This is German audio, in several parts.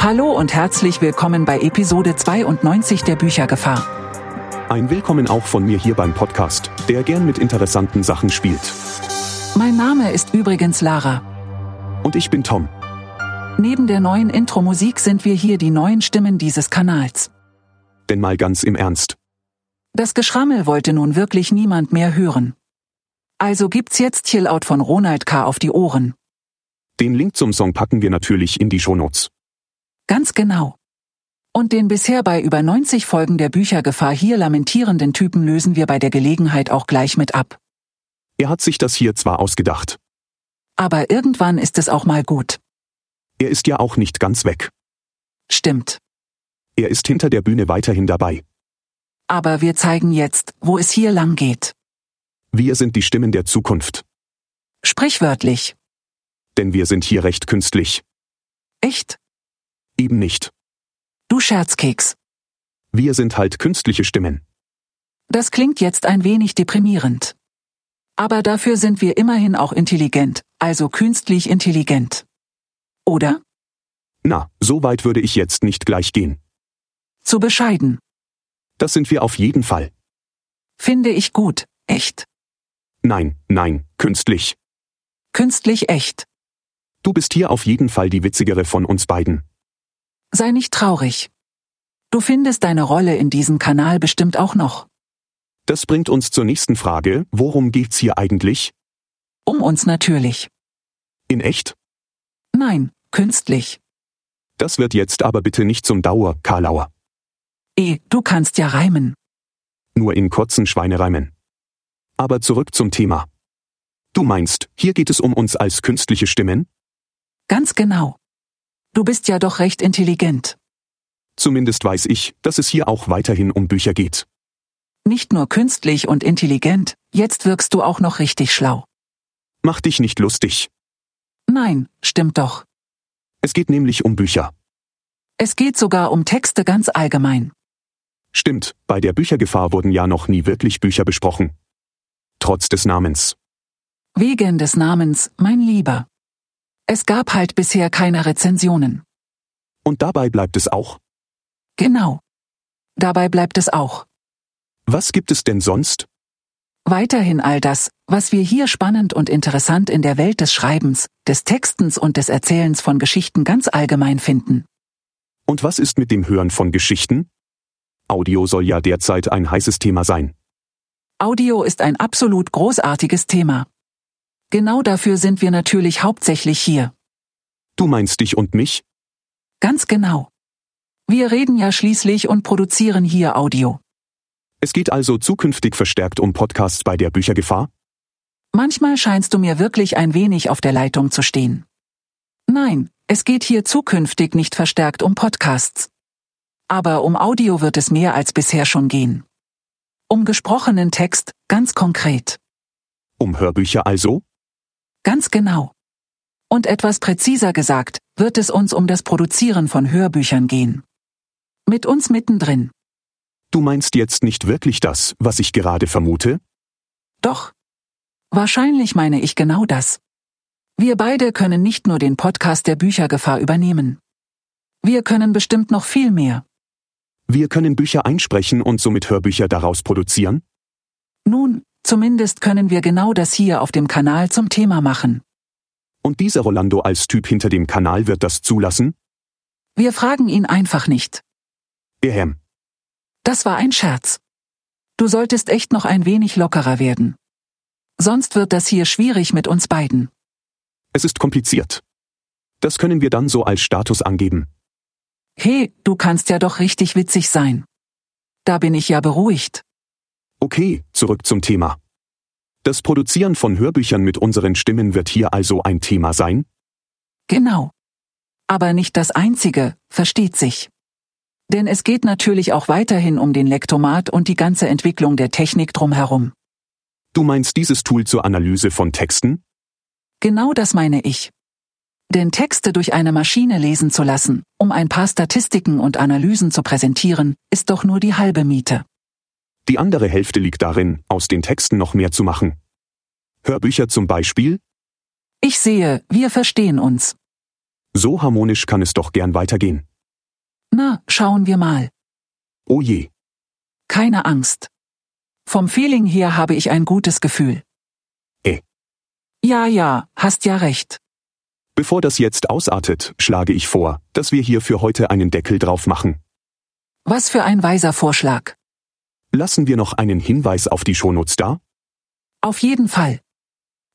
Hallo und herzlich willkommen bei Episode 92 der Büchergefahr. Ein Willkommen auch von mir hier beim Podcast, der gern mit interessanten Sachen spielt. Mein Name ist übrigens Lara. Und ich bin Tom. Neben der neuen Intro-Musik sind wir hier die neuen Stimmen dieses Kanals. Denn mal ganz im Ernst. Das Geschrammel wollte nun wirklich niemand mehr hören. Also gibt's jetzt Chillout von Ronald K. auf die Ohren. Den Link zum Song packen wir natürlich in die Shownotes. Ganz genau. Und den bisher bei über 90 Folgen der Büchergefahr hier lamentierenden Typen lösen wir bei der Gelegenheit auch gleich mit ab. Er hat sich das hier zwar ausgedacht. Aber irgendwann ist es auch mal gut. Er ist ja auch nicht ganz weg. Stimmt. Er ist hinter der Bühne weiterhin dabei. Aber wir zeigen jetzt, wo es hier lang geht. Wir sind die Stimmen der Zukunft. Sprichwörtlich. Denn wir sind hier recht künstlich. Echt? Eben nicht. Du Scherzkeks. Wir sind halt künstliche Stimmen. Das klingt jetzt ein wenig deprimierend. Aber dafür sind wir immerhin auch intelligent, also künstlich intelligent. Oder? Na, so weit würde ich jetzt nicht gleich gehen. Zu bescheiden. Das sind wir auf jeden Fall. Finde ich gut, echt. Nein, nein, künstlich. Künstlich echt. Du bist hier auf jeden Fall die witzigere von uns beiden. Sei nicht traurig. Du findest deine Rolle in diesem Kanal bestimmt auch noch. Das bringt uns zur nächsten Frage, worum geht's hier eigentlich? Um uns natürlich. In echt? Nein, künstlich. Das wird jetzt aber bitte nicht zum Dauer-Karlauer. Eh, du kannst ja reimen. Nur in kurzen Schweinereimen. Aber zurück zum Thema. Du meinst, hier geht es um uns als künstliche Stimmen? Ganz genau. Du bist ja doch recht intelligent. Zumindest weiß ich, dass es hier auch weiterhin um Bücher geht. Nicht nur künstlich und intelligent, jetzt wirkst du auch noch richtig schlau. Mach dich nicht lustig. Nein, stimmt doch. Es geht nämlich um Bücher. Es geht sogar um Texte ganz allgemein. Stimmt, bei der Büchergefahr wurden ja noch nie wirklich Bücher besprochen. Trotz des Namens. Wegen des Namens, mein Lieber. Es gab halt bisher keine Rezensionen. Und dabei bleibt es auch. Genau. Dabei bleibt es auch. Was gibt es denn sonst? Weiterhin all das, was wir hier spannend und interessant in der Welt des Schreibens, des Textens und des Erzählens von Geschichten ganz allgemein finden. Und was ist mit dem Hören von Geschichten? Audio soll ja derzeit ein heißes Thema sein. Audio ist ein absolut großartiges Thema. Genau dafür sind wir natürlich hauptsächlich hier. Du meinst dich und mich? Ganz genau. Wir reden ja schließlich und produzieren hier Audio. Es geht also zukünftig verstärkt um Podcasts bei der Büchergefahr? Manchmal scheinst du mir wirklich ein wenig auf der Leitung zu stehen. Nein, es geht hier zukünftig nicht verstärkt um Podcasts. Aber um Audio wird es mehr als bisher schon gehen. Um gesprochenen Text, ganz konkret. Um Hörbücher also? Ganz genau. Und etwas präziser gesagt, wird es uns um das Produzieren von Hörbüchern gehen. Mit uns mittendrin. Du meinst jetzt nicht wirklich das, was ich gerade vermute? Doch. Wahrscheinlich meine ich genau das. Wir beide können nicht nur den Podcast der Büchergefahr übernehmen. Wir können bestimmt noch viel mehr. Wir können Bücher einsprechen und somit Hörbücher daraus produzieren? Nun, zumindest können wir genau das hier auf dem Kanal zum Thema machen. Und dieser Rolando als Typ hinter dem Kanal wird das zulassen? Wir fragen ihn einfach nicht. Ehem. Das war ein Scherz. Du solltest echt noch ein wenig lockerer werden. Sonst wird das hier schwierig mit uns beiden. Es ist kompliziert. Das können wir dann so als Status angeben. Hey, du kannst ja doch richtig witzig sein. Da bin ich ja beruhigt. Okay, zurück zum Thema. Das Produzieren von Hörbüchern mit unseren Stimmen wird hier also ein Thema sein? Genau. Aber nicht das einzige, versteht sich. Denn es geht natürlich auch weiterhin um den Lektomat und die ganze Entwicklung der Technik drumherum. Du meinst dieses Tool zur Analyse von Texten? Genau das meine ich. Denn Texte durch eine Maschine lesen zu lassen, um ein paar Statistiken und Analysen zu präsentieren, ist doch nur die halbe Miete. Die andere Hälfte liegt darin, aus den Texten noch mehr zu machen. Hörbücher zum Beispiel? Ich sehe, wir verstehen uns. So harmonisch kann es doch gern weitergehen. Na, schauen wir mal. Oh je. Keine Angst. Vom Feeling her habe ich ein gutes Gefühl. Eh. Ja, ja, hast ja recht. Bevor das jetzt ausartet, schlage ich vor, dass wir hier für heute einen Deckel drauf machen. Was für ein weiser Vorschlag. Lassen wir noch einen Hinweis auf die Shownotes da? Auf jeden Fall.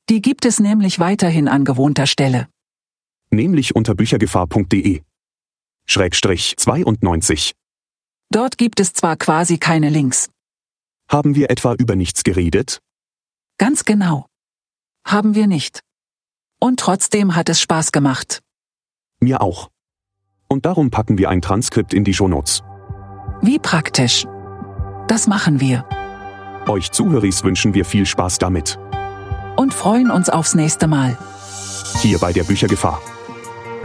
Die gibt es nämlich weiterhin an gewohnter Stelle. Nämlich unter büchergefahr.de. Schrägstrich 92. Dort gibt es zwar quasi keine Links. Haben wir etwa über nichts geredet? Ganz genau. Haben wir nicht. Und trotzdem hat es Spaß gemacht. Mir auch. Und darum packen wir ein Transkript in die Shownotes. Wie praktisch. Das machen wir Euch Zuhörers wünschen wir viel Spaß damit. und freuen uns aufs nächste Mal. Hier bei der Büchergefahr.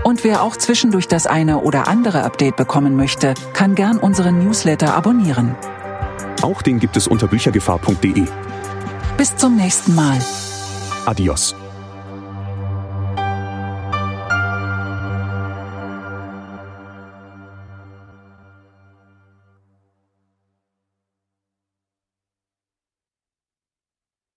Und wer auch zwischendurch das eine oder andere Update bekommen möchte, kann gern unseren Newsletter abonnieren. Auch den gibt es unter büchergefahr.de. Bis zum nächsten Mal. Adios.